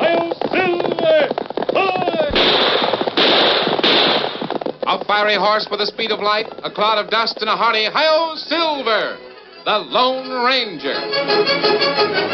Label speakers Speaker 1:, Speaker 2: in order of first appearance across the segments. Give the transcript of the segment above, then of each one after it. Speaker 1: Hail Caesar! Hooray!
Speaker 2: A fiery horse with the speed of light, a cloud of dust, and a hearty Hi-Yo Silver, the Lone Ranger.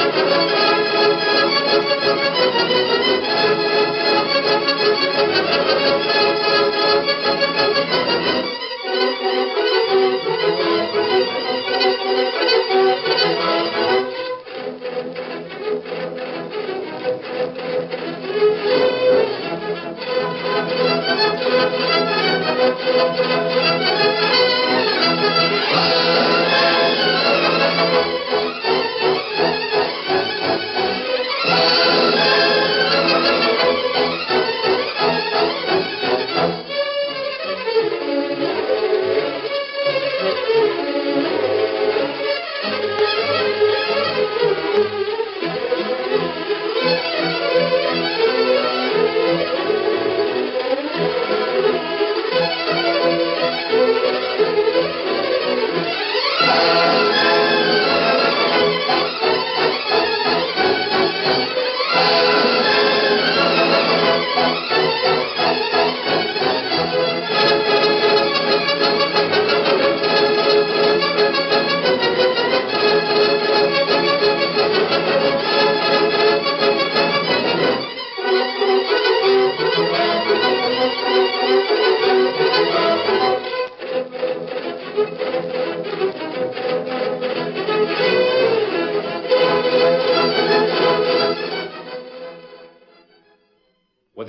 Speaker 2: With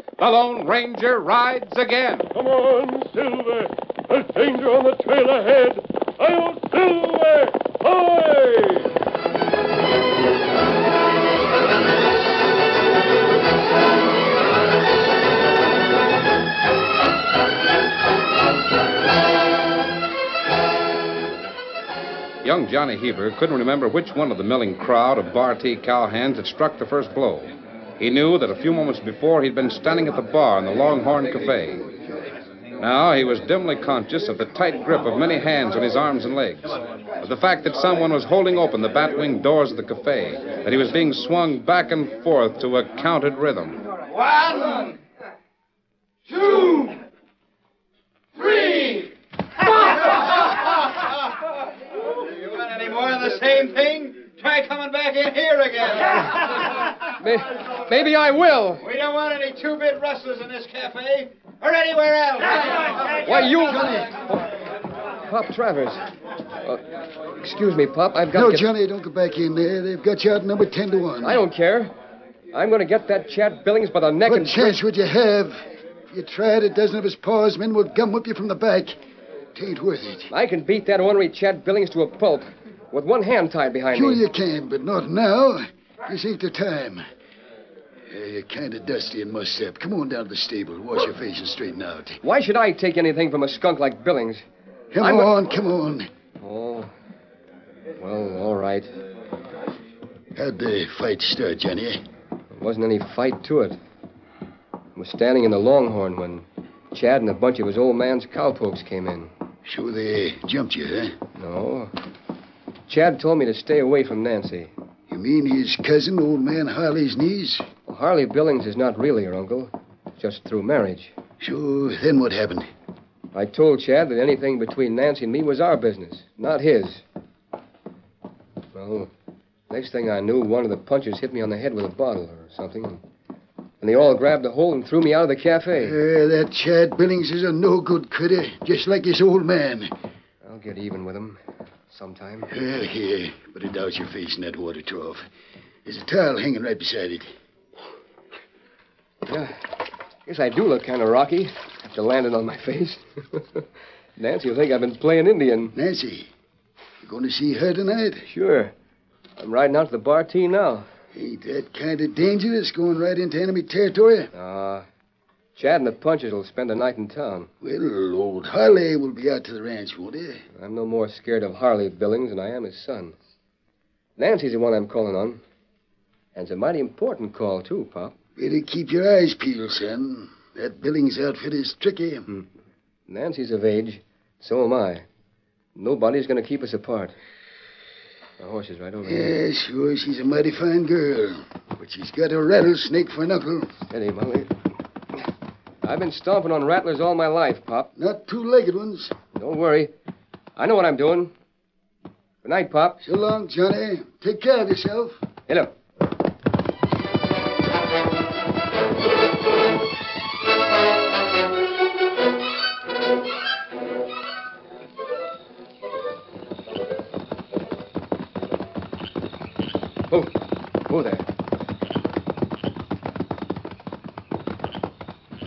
Speaker 2: The Lone Ranger rides again.
Speaker 1: Come on, Silver! There's danger on the trail ahead! Hail Silver! Hooray!
Speaker 2: Young Johnny Heaver couldn't remember which one of the milling crowd of bar T cowhands had struck the first blow. He knew that a few moments before he'd been standing at the bar in the Longhorn Cafe. Now he was dimly conscious of the tight grip of many hands on his arms and legs, of the fact that someone was holding open the batwing doors of the cafe, that he was being swung back and forth to a counted rhythm.
Speaker 3: One, two, three. you got any more of the same thing? Try coming back in here again.
Speaker 2: Maybe I will.
Speaker 3: we don't want any two-bit rustlers in this cafe or anywhere else.
Speaker 2: Why, you. Pop Travers. excuse me, Pop. I've
Speaker 4: No, Johnny, don't go back in there. They've got you outnumbered ten to one.
Speaker 2: I don't care. I'm going to get that Chad Billings by the neck
Speaker 4: What
Speaker 2: and
Speaker 4: chance would you have? If you tried, a dozen of his paws men will gum whip you from the back. It ain't worth it.
Speaker 2: I can beat that ornery Chad Billings to a pulp with one hand tied behind
Speaker 4: Sure
Speaker 2: me.
Speaker 4: you can, but not now. This ain't the time. Uh, you're kind of dusty and mussed up. Come on down to the stable. Wash your face and straighten out.
Speaker 2: Why should I take anything from a skunk like Billings?
Speaker 4: Come
Speaker 2: I'm a-
Speaker 4: on, come on.
Speaker 2: Oh. Well, all right. There
Speaker 4: How'd the fight start, Johnny?
Speaker 2: wasn't any fight to it. I was standing in the Longhorn when Chad and a bunch of his old man's cowpokes came in.
Speaker 4: Sure they jumped you, huh?
Speaker 2: No. Chad told me to stay away from Nancy.
Speaker 4: You mean his cousin, old man Harley's niece?
Speaker 2: Well, Harley Billings is not really her uncle, just through marriage.
Speaker 4: Sure, then what happened?
Speaker 2: I told Chad that anything between Nancy and me was our business, not his. Well, next thing I knew, one of the punchers hit me on the head with a bottle or something, and, and they all grabbed a hold and threw me out of the cafe.
Speaker 4: Uh, that Chad Billings is a no good critter, just like his old man.
Speaker 2: I'll get even with him sometime.
Speaker 4: Well, here, but I doubt your face in that water trough. There's a towel hanging right beside it.
Speaker 5: Yeah. Guess I do look kind of rocky after landing on my face. Nancy will think I've been playing Indian.
Speaker 4: Nancy, you going to see her tonight?
Speaker 5: Sure. I'm riding out to the bar T now.
Speaker 4: Ain't that kind of dangerous going right into enemy territory?
Speaker 5: Uh, Chad and the punchers will spend the night in town.
Speaker 4: Well, old Harley will be out to the ranch, won't he?
Speaker 5: I'm no more scared of Harley Billings than I am his son. Nancy's the one I'm calling on. And it's a mighty important call, too, Pop.
Speaker 4: Better keep your eyes peeled, son. That Billings outfit is tricky.
Speaker 5: Hmm. Nancy's of age. So am I. Nobody's going to keep us apart. The horse is right over
Speaker 4: here. Yeah, sure. She's a mighty fine girl. But she's got a rattlesnake for an uncle.
Speaker 5: Steady, Molly. I've been stomping on rattlers all my life, Pop.
Speaker 4: Not two-legged ones.
Speaker 5: Don't worry. I know what I'm doing. Good night, Pop.
Speaker 4: So long, Johnny. Take care of yourself.
Speaker 5: Hello. Oh, oh there.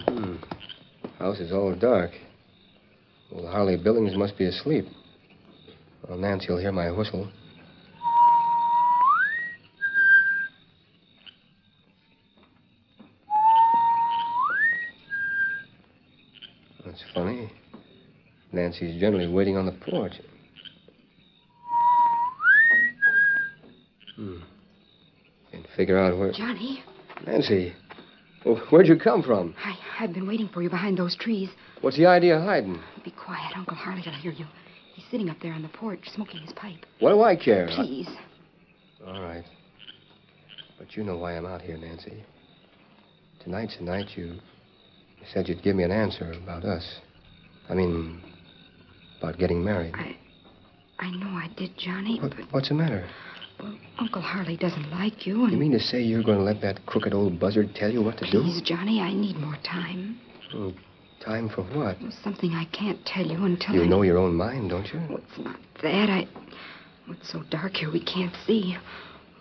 Speaker 5: Hmm. House is all dark. Old Harley Billings must be asleep. Well, Nancy will hear my whistle. That's funny. Nancy's generally waiting on the porch. Hmm. Can figure out where.
Speaker 6: Johnny,
Speaker 5: Nancy, well, where'd you come from?
Speaker 6: I, I've been waiting for you behind those trees.
Speaker 5: What's the idea of hiding?
Speaker 6: Be quiet. Uncle Harley will hear you. He's sitting up there on the porch smoking his pipe.
Speaker 5: What do I care? I-
Speaker 6: Please.
Speaker 5: All right. But you know why I'm out here, Nancy. Tonight's the night you you said you'd give me an answer about us. I mean, about getting married.
Speaker 6: I. I know I did, Johnny,
Speaker 5: What-
Speaker 6: but
Speaker 5: what's the matter?
Speaker 6: well, Uncle Harley doesn't like you, and.
Speaker 5: You mean to say you're going to let that crooked old buzzard tell you what to
Speaker 6: Please, Johnny, I need more time.
Speaker 5: do? Oh, time for what?
Speaker 6: There's something I can't tell you until
Speaker 5: You
Speaker 6: I.
Speaker 5: know your own mind, don't you?
Speaker 6: Well, it's not that. I. Well, it's so dark here we can't see.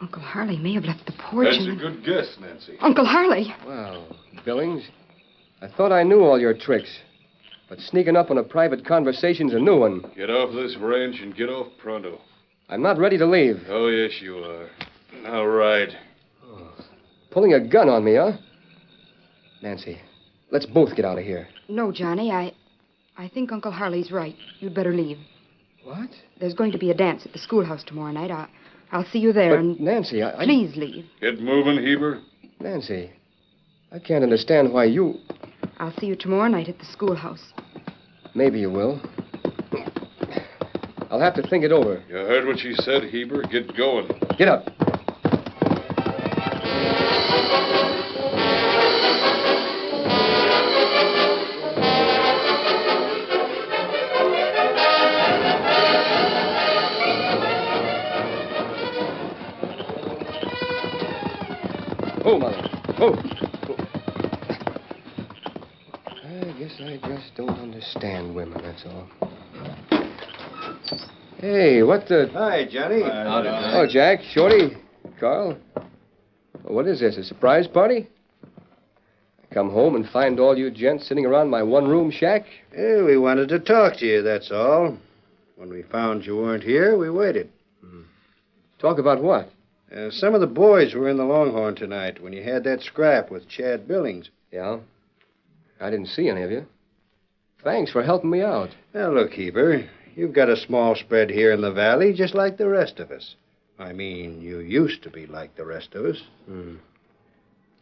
Speaker 6: Uncle Harley may have left the porch.
Speaker 1: That's
Speaker 6: and
Speaker 1: a
Speaker 6: then-
Speaker 1: good guess, Nancy.
Speaker 6: Uncle Harley!
Speaker 5: Well, Billings, I thought I knew all your tricks, but sneaking up on a private conversation's a new one.
Speaker 1: Get off this ranch and get off pronto.
Speaker 5: I'm not ready to leave.
Speaker 1: Oh, yes, you are. All right.
Speaker 5: Pulling a gun on me, huh? Nancy, let's both get out of here.
Speaker 6: No, Johnny, I. I think Uncle Harley's right. You'd better leave.
Speaker 5: What?
Speaker 6: There's going to be a dance at the schoolhouse tomorrow night. I, I'll see you there,
Speaker 5: But,
Speaker 6: and
Speaker 5: Nancy, I, I.
Speaker 6: please leave.
Speaker 1: Get moving, Heber.
Speaker 5: Nancy, I can't understand why you.
Speaker 6: I'll see you tomorrow night at the schoolhouse.
Speaker 5: Maybe you will. I'll have to think it over.
Speaker 1: You heard what she said, Heber. Get going.
Speaker 5: Get up. Oh, Mother. Oh. I guess I just don't understand women, that's all. Hey, what the.
Speaker 3: Hi, Johnny.
Speaker 5: Oh, Jack, Shorty, Carl. What is this, a surprise party? I come home and find all you gents sitting around my one room shack?
Speaker 3: Eh, we wanted to talk to you, that's all. When we found you weren't here, we waited.
Speaker 5: Talk about what?
Speaker 3: Uh, some of the boys were in the Longhorn tonight when you had that scrap with Chad Billings.
Speaker 5: Yeah? I didn't see any of you. Thanks for helping me out.
Speaker 3: Now, look, Heber, you've got a small spread here in the valley, just like the rest of us. I mean, you used to be like the rest of us.
Speaker 5: Hmm.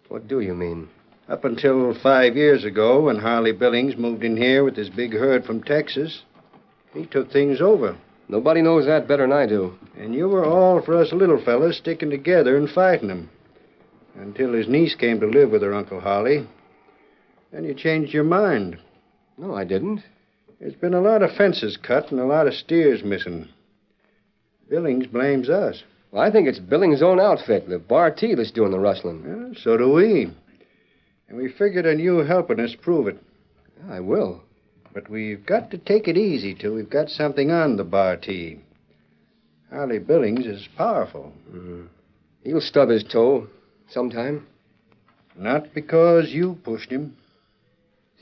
Speaker 5: What do you mean?
Speaker 3: Up until five years ago, when Harley Billings moved in here with his big herd from Texas, he took things over.
Speaker 5: Nobody knows that better than I do.
Speaker 3: And you were all for us little fellas sticking together and fighting him. Until his niece came to live with her Uncle Harley. Then you changed your mind.
Speaker 5: No, I didn't.
Speaker 3: There's been a lot of fences cut and a lot of steers missing. Billings blames us.
Speaker 5: Well, I think it's Billings' own outfit, the Bar T, that's doing the rustling.
Speaker 3: Well, so do we. And we figured on you helping us prove it.
Speaker 5: I will.
Speaker 3: But we've got to take it easy till we've got something on the bar team. Harley Billings is powerful.
Speaker 5: Mm. He'll stub his toe sometime.
Speaker 3: Not because you pushed him.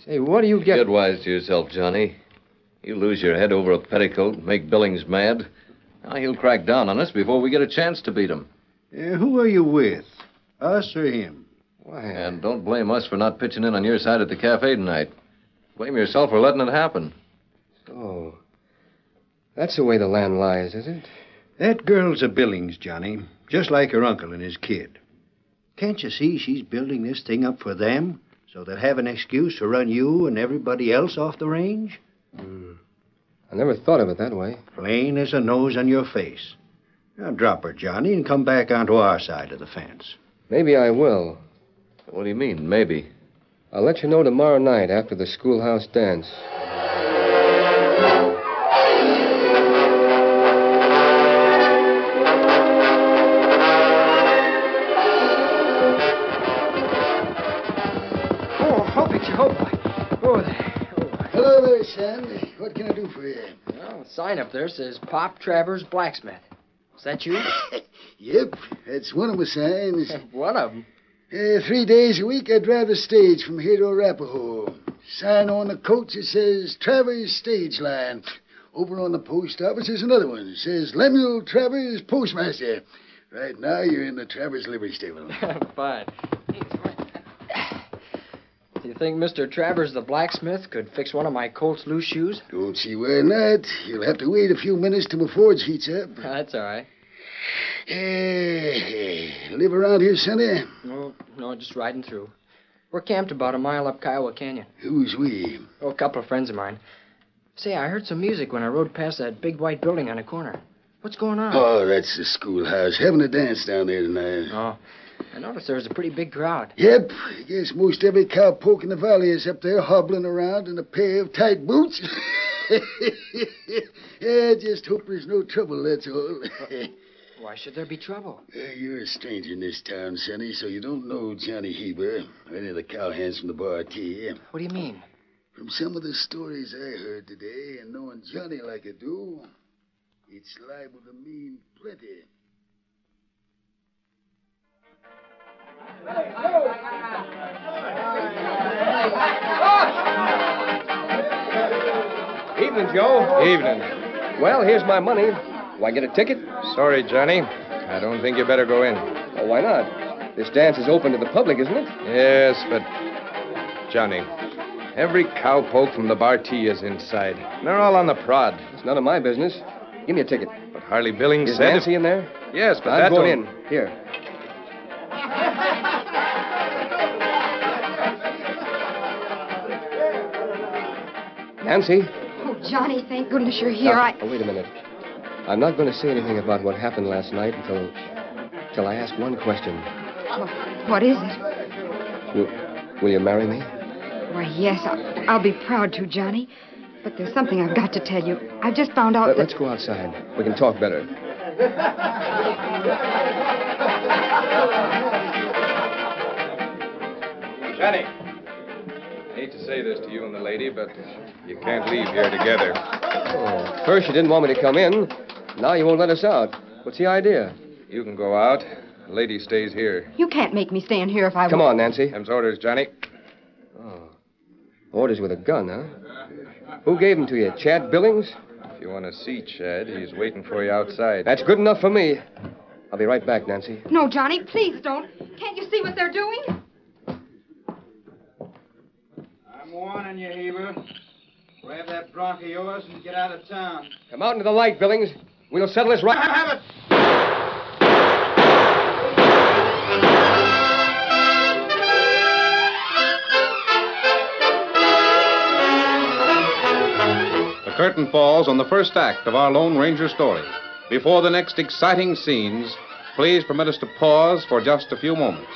Speaker 5: Say, what do you get?
Speaker 7: Get wise to yourself, Johnny. You lose your head over a petticoat and make Billings mad. Now he'll crack down on us before we get a chance to beat him.
Speaker 3: Uh, who are you with? Us or him?
Speaker 5: Why,
Speaker 7: And don't blame us for not pitching in on your side at the cafe tonight. Blame yourself for letting it happen.
Speaker 5: oh. That's the way the land lies, is it?
Speaker 3: That girl's a Billings, Johnny, just like her uncle and his kid. Can't you see she's building this thing up for them so they'll have an excuse to run you and everybody else off the range?
Speaker 5: Hmm. I never thought of it that way.
Speaker 3: Plain as a nose on your face. Now drop her, Johnny, and come back onto our side of the fence.
Speaker 5: Maybe I will.
Speaker 7: What do you mean, maybe?
Speaker 5: I'll let you know tomorrow night after the schoolhouse dance.
Speaker 4: Oh, hope it, hope. Oh, Hello there, son. What can I do for you?
Speaker 8: Well, the sign up there says Pop Travers Blacksmith. Is that you?
Speaker 4: Yep, that's one of my signs.
Speaker 8: One of them.
Speaker 4: Uh, three days a week, I drive the stage from here to Arapahoe. Sign on the coach, it says Travers Stage Line. Over on the post office, there's another one. It says Lemuel Travers Postmaster. Right now, you're in the Travers Livery Stable.
Speaker 8: Fine. Do you think Mr. Travers the blacksmith could fix one of my Colts loose shoes?
Speaker 4: Don't see why not. You'll have to wait a few minutes till my forge heats up.
Speaker 8: That's all right.
Speaker 4: Eh, live around here, Sonny?
Speaker 8: No, no, just riding through. We're camped about a mile up Kiowa Canyon.
Speaker 4: Who's we?
Speaker 8: Oh, a couple of friends of mine. Say, I heard some music when I rode past that big white building on the corner. What's going on?
Speaker 4: Oh, that's the schoolhouse. Having a dance down there tonight.
Speaker 8: Oh, I noticed there was a pretty big crowd.
Speaker 4: Yep, I guess most every cowpoke in the valley is up there hobbling around in a pair of tight boots. yeah, just hope there's no trouble, that's all.
Speaker 8: Why should there be trouble?
Speaker 4: Uh, You're a stranger in this town, Sonny, so you don't know Johnny Heber or any of the cowhands from the bar T.
Speaker 8: What do you mean?
Speaker 4: From some of the stories I heard today, and knowing Johnny like I do, it's liable to mean plenty.
Speaker 5: Evening, Joe.
Speaker 2: Evening.
Speaker 5: Well, here's my money. Do I get a ticket?
Speaker 2: Sorry, Johnny. I don't think you better go in.
Speaker 5: Oh, why not? This dance is open to the public, isn't it?
Speaker 2: Yes, but. Johnny, every cowpoke from the bar T is inside. And they're all on the prod.
Speaker 5: It's none of my business. Give me a ticket.
Speaker 2: But Harley Billings
Speaker 5: Is
Speaker 2: said.
Speaker 5: Nancy in there?
Speaker 2: Yes, but
Speaker 5: I'm
Speaker 2: that
Speaker 5: going
Speaker 2: don't-
Speaker 5: in. Here. Nancy?
Speaker 6: Oh, Johnny, thank goodness you're here.
Speaker 5: Now,
Speaker 6: I.
Speaker 5: oh, wait a minute. I'm not going to say anything about what happened last night until, until I ask one question.
Speaker 6: What is it?
Speaker 5: Will, will you marry me?
Speaker 6: Why, yes, I, I'll be proud to, Johnny. But there's something I've got to tell you. I've just found out
Speaker 5: Let,
Speaker 6: that.
Speaker 5: let's go outside. We can talk better.
Speaker 2: Johnny! I hate to say this to you and the lady, but you can't leave here together.
Speaker 5: Oh, first you didn't want me to come in. Now you won't let us out. What's the idea?
Speaker 2: You can go out. The lady stays here.
Speaker 6: You can't make me stay in here if I
Speaker 5: Come
Speaker 6: want.
Speaker 5: on, Nancy. Oh.
Speaker 2: Them's orders, Johnny.
Speaker 5: Orders with a gun, huh? Who gave them to you? Chad Billings?
Speaker 2: If you want to see Chad, he's waiting for you outside.
Speaker 5: That's good enough for me. I'll be right back, Nancy.
Speaker 6: No, Johnny, please don't. Can't you see what they're doing?
Speaker 5: Uh,
Speaker 9: I'm warning you, Heber. Grab that bronc of yours and get out of town.
Speaker 5: Come out into the light, Billings. We'll settle this right.
Speaker 9: have it!
Speaker 2: The curtain falls on the first act of our Lone Ranger story. Before the next exciting scenes, please permit us to pause for just a few moments.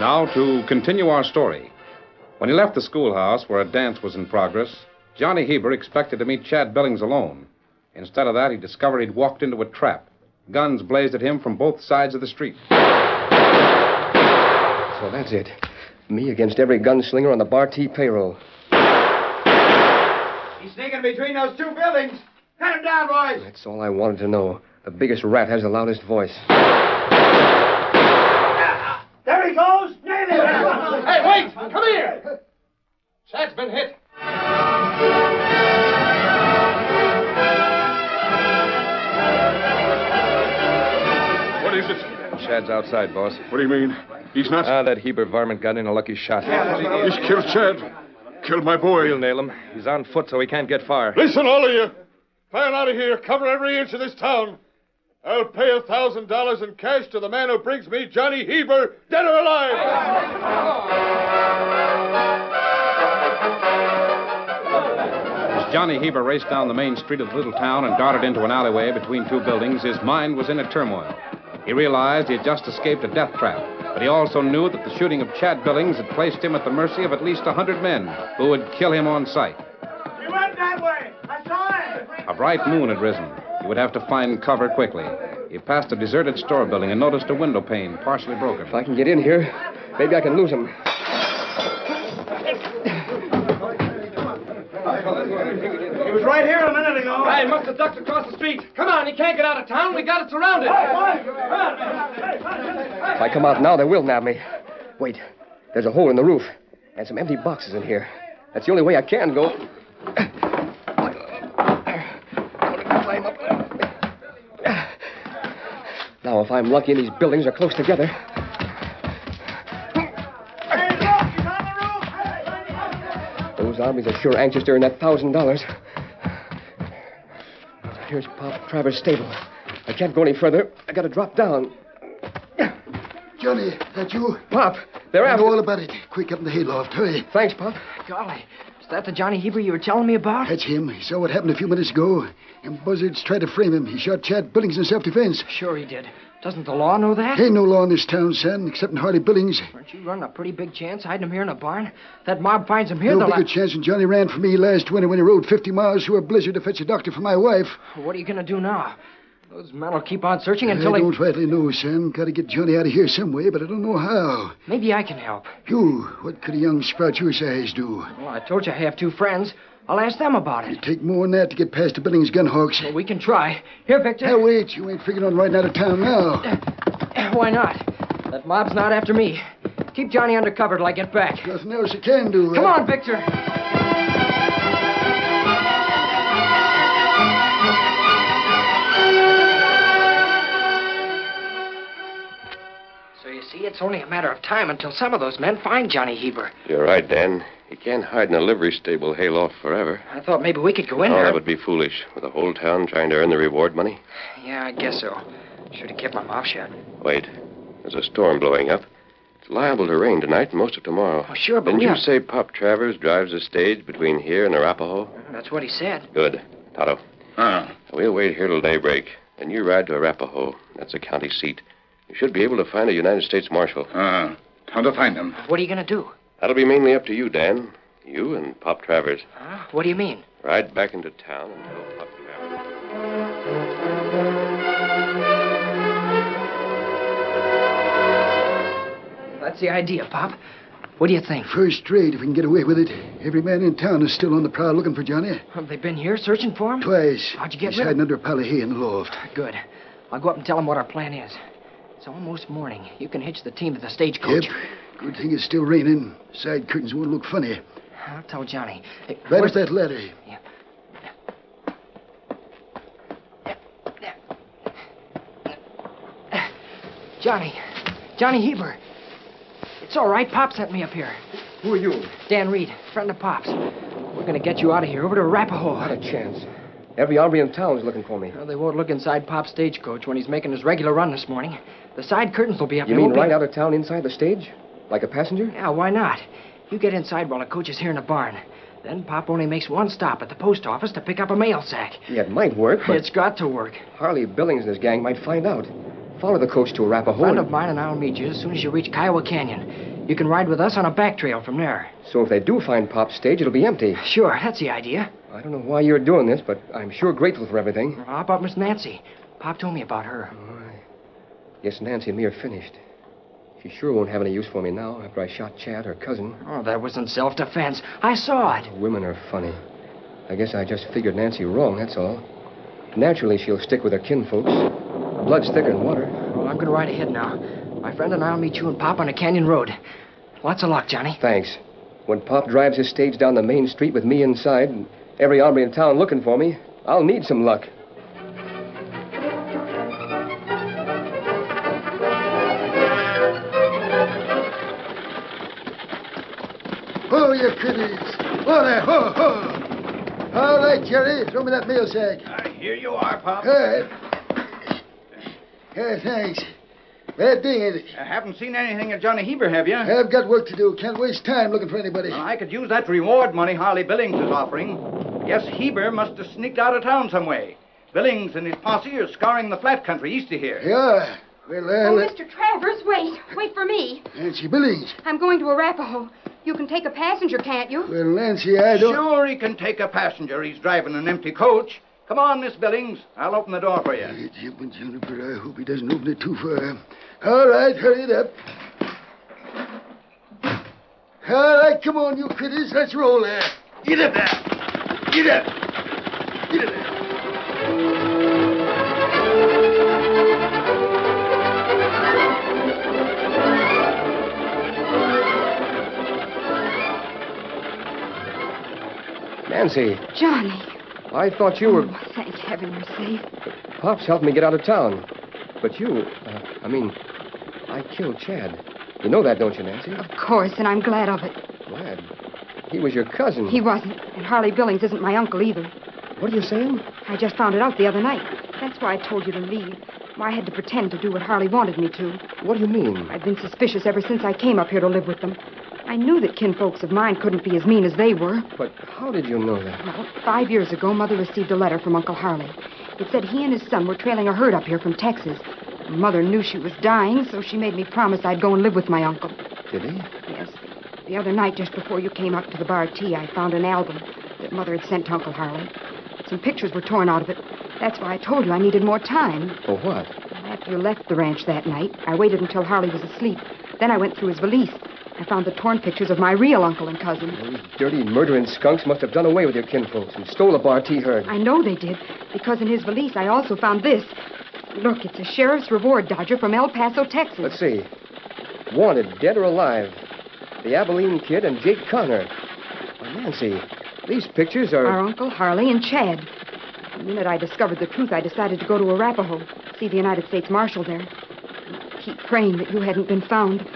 Speaker 2: Now, to continue our story. When he left the schoolhouse where a dance was in progress, Johnny Heber expected to meet Chad Billings alone. Instead of that, he discovered he'd walked into a trap. Guns blazed at him from both sides of the street.
Speaker 5: So that's it. Me against every gunslinger on the Bar T payroll.
Speaker 9: He's sneaking between those two buildings. Cut him down, boys.
Speaker 5: That's all I wanted to know. The biggest rat has the loudest voice.
Speaker 9: There he goes. Nail him.
Speaker 1: Hey, wait! Come
Speaker 9: here.
Speaker 2: Chad's been hit.
Speaker 10: What is it?
Speaker 11: Chad's outside, boss.
Speaker 10: What do you mean? He's not.
Speaker 11: Ah, that Heber varmint got in a lucky shot.
Speaker 10: He's killed Chad. Killed my boy.
Speaker 11: We'll nail him. He's on foot, so he can't get far.
Speaker 1: Listen, all of you. Fan out of here. Cover every inch of this town. I'll pay a thousand dollars in cash to the man who brings me Johnny Heber, dead or alive.
Speaker 2: As Johnny Heber raced down the main street of the little town and darted into an alleyway between two buildings, his mind was in a turmoil. He realized he had just escaped a death trap, but he also knew that the shooting of Chad Billings had placed him at the mercy of at least a hundred men who would kill him on sight.
Speaker 9: He went that way. I saw him.
Speaker 2: A bright moon had risen. He would have to find cover quickly. He passed a deserted store building and noticed a window pane partially broken.
Speaker 5: If I can get in here, maybe I can lose him.
Speaker 9: He was right here a minute ago.
Speaker 12: I must have ducked across the street. Come on, he can't get out of town. We got it surrounded.
Speaker 5: If I come out now, they will nab me. Wait, there's a hole in the roof and some empty boxes in here. That's the only way I can go. Now, if I'm lucky and these buildings are close together. Those armies are sure anxious to earn that thousand dollars. Here's Pop Travers' stable. I can't go any further. I gotta drop down.
Speaker 4: Johnny, that you?
Speaker 5: Pop, they're
Speaker 4: I
Speaker 5: after.
Speaker 4: know all about it. Quick up in the hayloft. Hurry.
Speaker 5: Thanks, Pop.
Speaker 8: Golly, is that the Johnny Heber you were telling me about?
Speaker 4: That's him. He saw what happened a few minutes ago. And Buzzards tried to frame him. He shot Chad Billings in self-defense.
Speaker 8: Sure he did. Doesn't the law know that?
Speaker 4: Ain't no law in this town, son, except in Harley Billings.
Speaker 8: Aren't you running a pretty big chance hiding him here in a barn? That mob finds him here,
Speaker 4: no
Speaker 8: they'll...
Speaker 4: bigger chance than Johnny ran for me last winter when he rode 50 miles through a blizzard to fetch a doctor for my wife.
Speaker 8: What are you going to do now? Those men will keep on searching until
Speaker 4: I
Speaker 8: they...
Speaker 4: don't rightly know, son. Got to get Johnny out of here some way, but I don't know how.
Speaker 8: Maybe I can help.
Speaker 4: You, what could a young sprout your size do?
Speaker 8: Well, I told you I have two friends. I'll ask them about it.
Speaker 4: It'd take more than that to get past the Billings gun hawks.
Speaker 8: We can try. Here, Victor.
Speaker 4: Now, wait. You ain't figuring on riding out of town now.
Speaker 8: Why not? That mob's not after me. Keep Johnny under cover till I get back.
Speaker 4: Nothing else you can do. eh?
Speaker 8: Come
Speaker 4: Ralph.
Speaker 8: on, Victor. So you see, it's only a matter of time until some of those men find Johnny Heber.
Speaker 13: You're right, Dan. He can't hide in a livery stable hayloft forever.
Speaker 8: I thought maybe we could go in
Speaker 13: oh,
Speaker 8: there.
Speaker 13: that would be foolish. With the whole town trying to earn the reward money.
Speaker 8: Yeah, I guess so. Should have kept my mouth shut.
Speaker 13: Wait. There's a storm blowing up. It's liable to rain tonight and most of tomorrow.
Speaker 8: Oh, sure, but
Speaker 13: Didn't
Speaker 8: we
Speaker 13: you
Speaker 8: are-
Speaker 13: say Pop Travers drives a stage between here and Arapahoe?
Speaker 8: That's what he said.
Speaker 13: Good. Toto.
Speaker 11: Ah.
Speaker 13: We'll wait here till daybreak. Then you ride to Arapahoe. That's the county seat. You should be able to find a United States Marshal.
Speaker 11: Ah. How to find him?
Speaker 8: What are you going to do?
Speaker 13: That'll be mainly up to you, Dan. You and Pop Travers.
Speaker 8: Huh? What do you mean?
Speaker 13: Ride back into town and tell Pop Travers.
Speaker 8: That's the idea, Pop. What do you think?
Speaker 4: First rate, if we can get away with it. Every man in town is still on the prowl looking for Johnny.
Speaker 8: Have they been here searching for him?
Speaker 4: Twice.
Speaker 8: How'd you get
Speaker 4: He's
Speaker 8: rid of
Speaker 4: hiding under a pile of hay in the loft.
Speaker 8: Good. I'll go up and tell them what our plan is. It's almost morning. You can hitch the team to the stagecoach.
Speaker 4: Yep. Good thing it's still raining. Side curtains won't look funny.
Speaker 8: I'll tell Johnny. Hey,
Speaker 4: Right
Speaker 8: where's-
Speaker 4: up that ladder.
Speaker 8: Johnny. Johnny Heber. It's all right. Pop sent me up here.
Speaker 5: Who are you?
Speaker 8: Dan Reed, friend of Pop's. We're going to get you out of here, over to Arapahoe. Not
Speaker 5: a chance. Every army in town is looking for me.
Speaker 8: Well, they won't look inside Pop's stagecoach when he's making his regular run this morning. The side curtains will be up.
Speaker 5: You
Speaker 8: They
Speaker 5: mean
Speaker 8: won't be-
Speaker 5: right out of town inside the stage? Like a passenger?
Speaker 8: Yeah, why not? You get inside while the coach is here in the barn. Then Pop only makes one stop at the post office to pick up a mail sack.
Speaker 5: Yeah, it might work, but
Speaker 8: It's got to work.
Speaker 5: Harley Billings and his gang might find out. Follow the coach to Arapahoe.
Speaker 8: Friend of mine and I'll meet you as soon as you reach Kiowa Canyon. You can ride with us on a back trail from there.
Speaker 5: So if they do find Pop's stage, it'll be empty.
Speaker 8: Sure, that's the idea.
Speaker 5: I don't know why you're doing this, but I'm sure grateful for everything.
Speaker 8: How about Miss Nancy? Pop told me about her.
Speaker 5: Yes, Nancy and me are finished. She sure won't have any use for me now after I shot Chad, her cousin.
Speaker 8: Oh, that was in self defense. I saw it.
Speaker 5: Women are funny. I guess I just figured Nancy wrong, that's all. Naturally, she'll stick with her kinfolks. Blood's thicker than water.
Speaker 8: Well, I'm going to ride ahead now. My friend and I'll meet you and Pop on a canyon road. Lots of luck, Johnny.
Speaker 5: Thanks. When Pop drives his stage down the main street with me inside and every army in town looking for me, I'll need some luck.
Speaker 4: Ho, you kiddies! Ho there, ho, ho! All right, Jerry, throw me that meal sack.
Speaker 9: Here you are, Pop.
Speaker 4: All right. Yeah, thanks. Bad thing, ain't it?
Speaker 9: I haven't seen anything of Johnny Heber, have you?
Speaker 4: I've got work to do. Can't waste time looking for anybody.
Speaker 9: Well, I could use that reward money Harley Billings is offering. Guess Heber must have sneaked out of town some way. Billings and his posse are scouring the flat country east of here.
Speaker 4: Yeah. Well, uh,
Speaker 6: Oh,
Speaker 4: let-
Speaker 6: Mr. Travers, wait. Wait for me.
Speaker 4: Nancy Billings.
Speaker 6: I'm going to Arapahoe. You can take a passenger, can't you?
Speaker 4: Well, uh, Nancy, I don't.
Speaker 9: Sure, he can take a passenger. He's driving an empty coach. Come on, Miss Billings. I'll open the door for you.
Speaker 4: Jumper, Juniper, I hope he doesn't open it too far. All right, hurry it up. All right, come on, you critters. Let's roll there. Get up there. Get up. Get up there.
Speaker 5: Nancy,
Speaker 6: Johnny.
Speaker 5: I thought you were.
Speaker 6: Thank heaven you're safe.
Speaker 5: Pop's helped me get out of town. But you, uh, I mean, I killed Chad. You know that, don't you, Nancy?
Speaker 6: Of course, and I'm glad of it.
Speaker 5: Glad. He was your cousin.
Speaker 6: He wasn't. And Harley Billings isn't my uncle either.
Speaker 5: What are you saying?
Speaker 6: I just found it out the other night. That's why I told you to leave. Why I had to pretend to do what Harley wanted me to.
Speaker 5: What do you mean?
Speaker 6: I've been suspicious ever since I came up here to live with them. I knew that kinfolks of mine couldn't be as mean as they were.
Speaker 5: But how did you know that?
Speaker 6: Well, five years ago, Mother received a letter from Uncle Harley. It said he and his son were trailing a herd up here from Texas. Mother knew she was dying, so she made me promise I'd go and live with my uncle.
Speaker 5: Did he?
Speaker 6: Yes. The other night, just before you came up to the bar tea, I found an album that Mother had sent to Uncle Harley. Some pictures were torn out of it. That's why I told you I needed more time.
Speaker 5: For what?
Speaker 6: After you left the ranch that night, I waited until Harley was asleep. Then I went through his valise. I found the torn pictures of my real uncle and cousin.
Speaker 5: Dirty, murdering skunks must have done away with your kinfolks and stole a Bartee herd.
Speaker 6: I know they did, because in his valise I also found this. Look, it's a sheriff's reward dodger from El Paso, Texas.
Speaker 5: Let's see. Wanted, dead or alive. The Abilene Kid and Jake Connor. Why, Nancy, these pictures are.
Speaker 6: Our uncle Harley and Chad. The minute I discovered the truth, I decided to go to Arapahoe, see the United States Marshal there. Keep praying that you hadn't been found.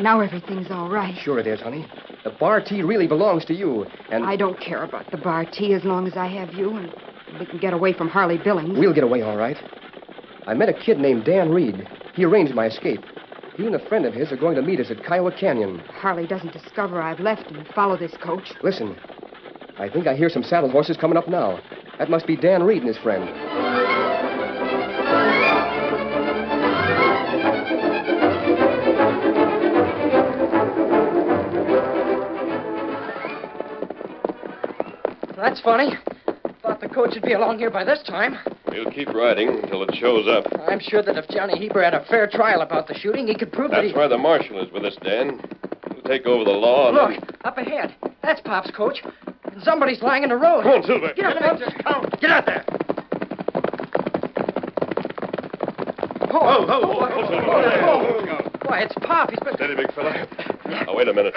Speaker 6: Now everything's all right.
Speaker 5: Sure it is, honey. The Bartee really belongs to you, and.
Speaker 6: I don't care about the bar tea as long as I have you, and we can get away from Harley Billings.
Speaker 5: We'll get away all right. I met a kid named Dan Reed. He arranged my escape. He and a friend of his are going to meet us at Kiowa Canyon.
Speaker 6: Harley doesn't discover I've left and follow this coach.
Speaker 5: Listen, I think I hear some saddle horses coming up now. That must be Dan Reed and his friend.
Speaker 8: That's funny. Thought the coach would be along here by this time.
Speaker 13: We'll keep riding until it shows up.
Speaker 8: I'm sure that if Johnny Heber had a fair trial about the shooting, he could prove that he.
Speaker 13: That's why the marshal is with us, Dan. He'll take over the law and
Speaker 8: Look, up ahead. That's Pop's coach. And somebody's lying in the road.
Speaker 13: Come on, Silver.
Speaker 8: Get out there.
Speaker 9: Get out there.
Speaker 8: Ho,
Speaker 13: ho, ho, ho, ho, ho,
Speaker 8: Why, it's Pop. He's been...
Speaker 13: Steady, big fella. Now, wait a minute.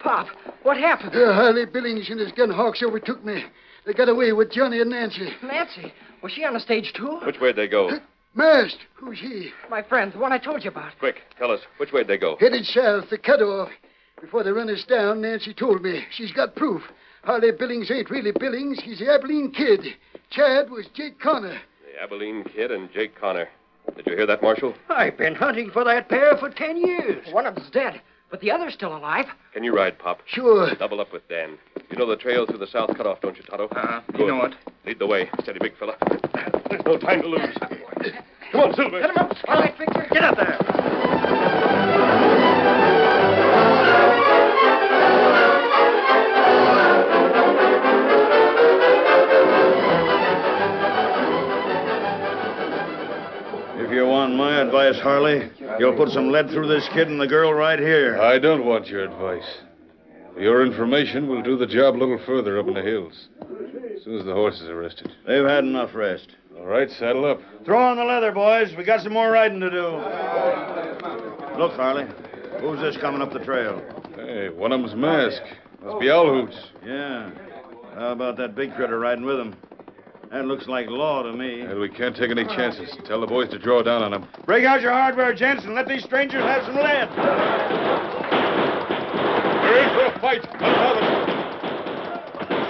Speaker 8: Pop. What happened?
Speaker 4: Yeah, Harley Billings and his gun hawks overtook me. They got away with Johnny and Nancy.
Speaker 8: Nancy. Was she on the stage, too?
Speaker 13: Which way'd they go?
Speaker 4: Mast, who's he?
Speaker 8: My friend, the one I told you about.
Speaker 13: Quick, tell us, which way'd they go?
Speaker 4: Headed south, the cutoff. Before they run us down, Nancy told me. She's got proof. Harley Billings ain't really Billings. He's the Abilene kid. Chad was Jake Connor.
Speaker 13: The Abilene Kid and Jake Connor. Did you hear that, Marshal?
Speaker 8: I've been hunting for that pair for ten years. One of them's dead, but the other's still alive.
Speaker 13: Can you ride, Pop?
Speaker 4: Sure.
Speaker 13: Double up with Dan. You know the trail through the south cutoff, don't you, Toto? Uh,
Speaker 9: you know it.
Speaker 13: Lead the way. Steady, big fella. There's no time to lose.
Speaker 1: on, Silver. Get him up. All right, Victor. Get up there.
Speaker 14: If you want my advice, Harley, you'll put some lead through this kid and the girl right here.
Speaker 10: I don't want your advice. Your information will do the job a little further up in the hills. As soon as the horse is arrested.
Speaker 14: They've had enough rest.
Speaker 10: All right, saddle up.
Speaker 14: Throw on the leather, boys. We got some more riding to do. Look, Harley, who's this coming up the trail?
Speaker 10: Hey, one of them's masked. Must be Owl Hoots.
Speaker 14: Yeah. How about that big critter riding with him? That looks like law to me.
Speaker 10: And we can't take any chances. Tell the boys to draw down on him.
Speaker 14: Break out your hardware, gents, and let these strangers have some lead.
Speaker 10: We're in for a fight.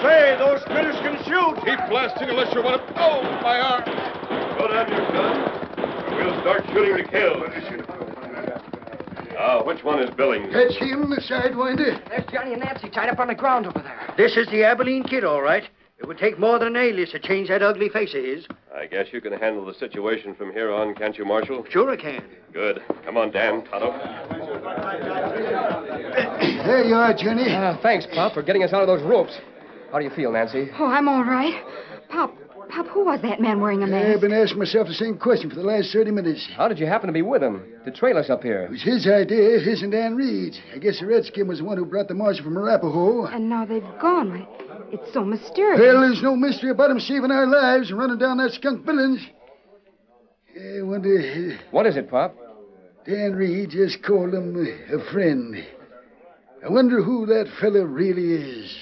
Speaker 14: Say, those critters can shoot.
Speaker 10: Keep blasting unless you want to. Oh, my arm.
Speaker 15: Put down your gun. We'll start shooting to kill. Ah, which one is Billings?
Speaker 4: That's him, the sidewinder.
Speaker 8: There's Johnny and Nancy tied up on the ground over there.
Speaker 3: This is the Abilene Kid, all right. It would take more than an alias to change that ugly face of his.
Speaker 13: I guess you can handle the situation from here on, can't you, Marshal?
Speaker 3: Sure I can.
Speaker 13: Good. Come on, Dan, Tonto.
Speaker 4: There you are, Johnny.
Speaker 8: Uh,
Speaker 5: Ah, thanks, Pop, for getting us out of those ropes. How do you feel, Nancy?
Speaker 6: Oh, I'm all right. Pop, Pop, who was that man wearing a
Speaker 4: I've
Speaker 6: mask?
Speaker 4: been asking myself the same question for the last 30 minutes.
Speaker 5: How did you happen to be with him to trail us up here?
Speaker 4: It was his idea, his and Dan Reed's. I guess the redskin was the one who brought the marshal from Arapahoe.
Speaker 6: And now they've gone. Why, It's so mysterious.
Speaker 4: Well, there's no mystery about him saving our lives and running down that skunk Billings. I wonder.
Speaker 5: What is it, Pop?
Speaker 4: Dan Reed just called him a friend. I wonder who that fella really is.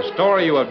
Speaker 2: The story you have